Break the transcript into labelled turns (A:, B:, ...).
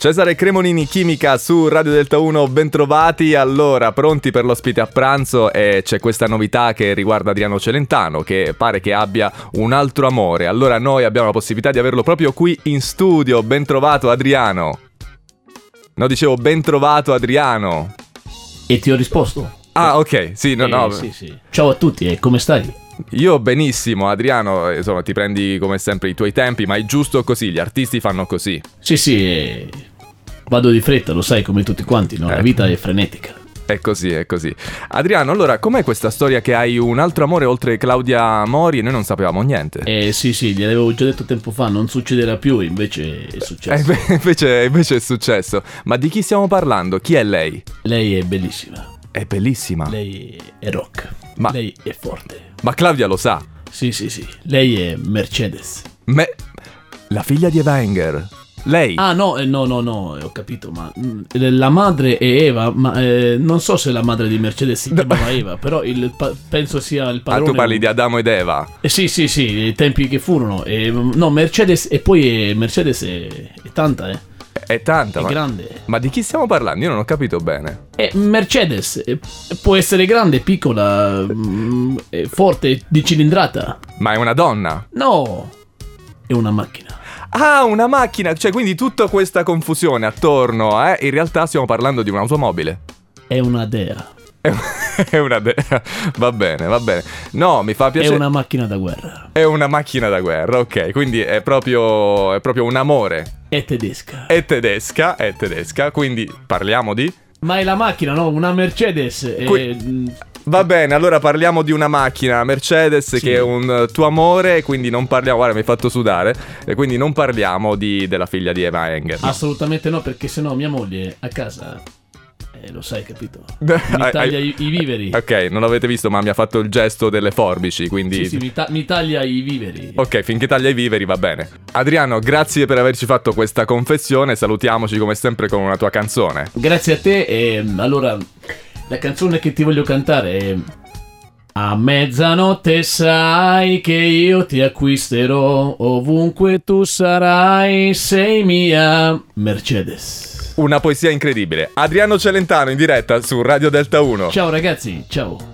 A: Cesare Cremonini Chimica su Radio Delta 1, bentrovati. Allora, pronti per l'ospite a pranzo e c'è questa novità che riguarda Adriano Celentano che pare che abbia un altro amore. Allora noi abbiamo la possibilità di averlo proprio qui in studio. Bentrovato Adriano. No, dicevo bentrovato Adriano.
B: E ti ho risposto.
A: Ah, ok, sì, no,
B: Eh,
A: no.
B: sì, sì. Ciao a tutti, eh, come stai?
A: Io benissimo, Adriano, insomma, ti prendi come sempre i tuoi tempi, ma è giusto così, gli artisti fanno così.
B: Sì, sì, eh, vado di fretta, lo sai come tutti quanti, no? La
A: Ecco.
B: vita è frenetica.
A: È così, è così. Adriano, allora, com'è questa storia che hai un altro amore oltre Claudia Mori e noi non sapevamo niente?
B: Eh sì, sì, gliel'avevo già detto tempo fa, non succederà più, invece è
A: Eh,
B: successo.
A: inve- invece, invece è successo. Ma di chi stiamo parlando? Chi è lei?
B: Lei è bellissima,
A: È bellissima.
B: lei è rock,
A: Ah. Ma-
B: lei è forte.
A: Ma Claudia lo sa.
B: Sì, sì, sì, lei è Mercedes.
A: Me... La figlia di Eva Enger. Lei.
B: Ah no, eh, no, no, no, eh, ho capito, ma mm, la madre è Eva, ma eh, non so se la madre di Mercedes si chiamava Eva, però il pa- penso sia il
A: Ah,
B: padrone.
A: tu parli di Adamo ed Eva.
B: Eh, sì, sì, sì, i tempi che furono. eh, no, Mercedes, e poi eh, Mercedes è, è tanta, eh,
A: È- È tanta.
B: è
A: ma...
B: grande.
A: ma di chi stiamo parlando? Io non ho capito bene.
B: Eh, Mercedes eh, può essere grande, piccola, mm, eh, forte, di cilindrata.
A: Ma è una donna.
B: No, è una macchina.
A: Ah, una macchina. Cioè, quindi tutta questa confusione attorno, eh? In realtà stiamo parlando di un'automobile.
B: È una dea.
A: È una de- Va bene, va bene. No, mi fa
B: È
A: piacere.
B: una macchina da guerra.
A: È una macchina da guerra, ok. Quindi è proprio, è proprio un amore.
B: È tedesca.
A: È tedesca, è tedesca, quindi parliamo di...
B: Ma è la macchina, no? Una Mercedes. eh,
A: Que-
B: mm,
A: Va bene, allora parliamo di una macchina, Mercedes,
B: Sì.
A: che è un eh, tuo amore, quindi non parliamo... Guarda, mi hai fatto sudare. E quindi non parliamo di- della figlia di Eva Enger.
B: Ah, assolutamente no, perché sennò mia moglie a casa. eh, lo sai, capito?
A: Eh,
B: Mi
A: eh,
B: taglia
A: eh,
B: i, i viveri.
A: Ok, non l'avete visto, ma mi ha fatto il gesto delle forbici, quindi...
B: Sì, sì, mi, ta- mi taglia i viveri.
A: Ok, finché taglia i viveri va bene. Adriano, grazie per averci fatto questa confessione. Salutiamoci come sempre con una tua canzone.
B: Grazie a te. E, mm, allora, la canzone che ti voglio cantare è. A mezzanotte sai che io ti acquisterò ovunque tu sarai, sei mia Mercedes.
A: Una poesia incredibile. Adriano Celentano in diretta su Radio Delta 1.
B: Ciao ragazzi, ciao.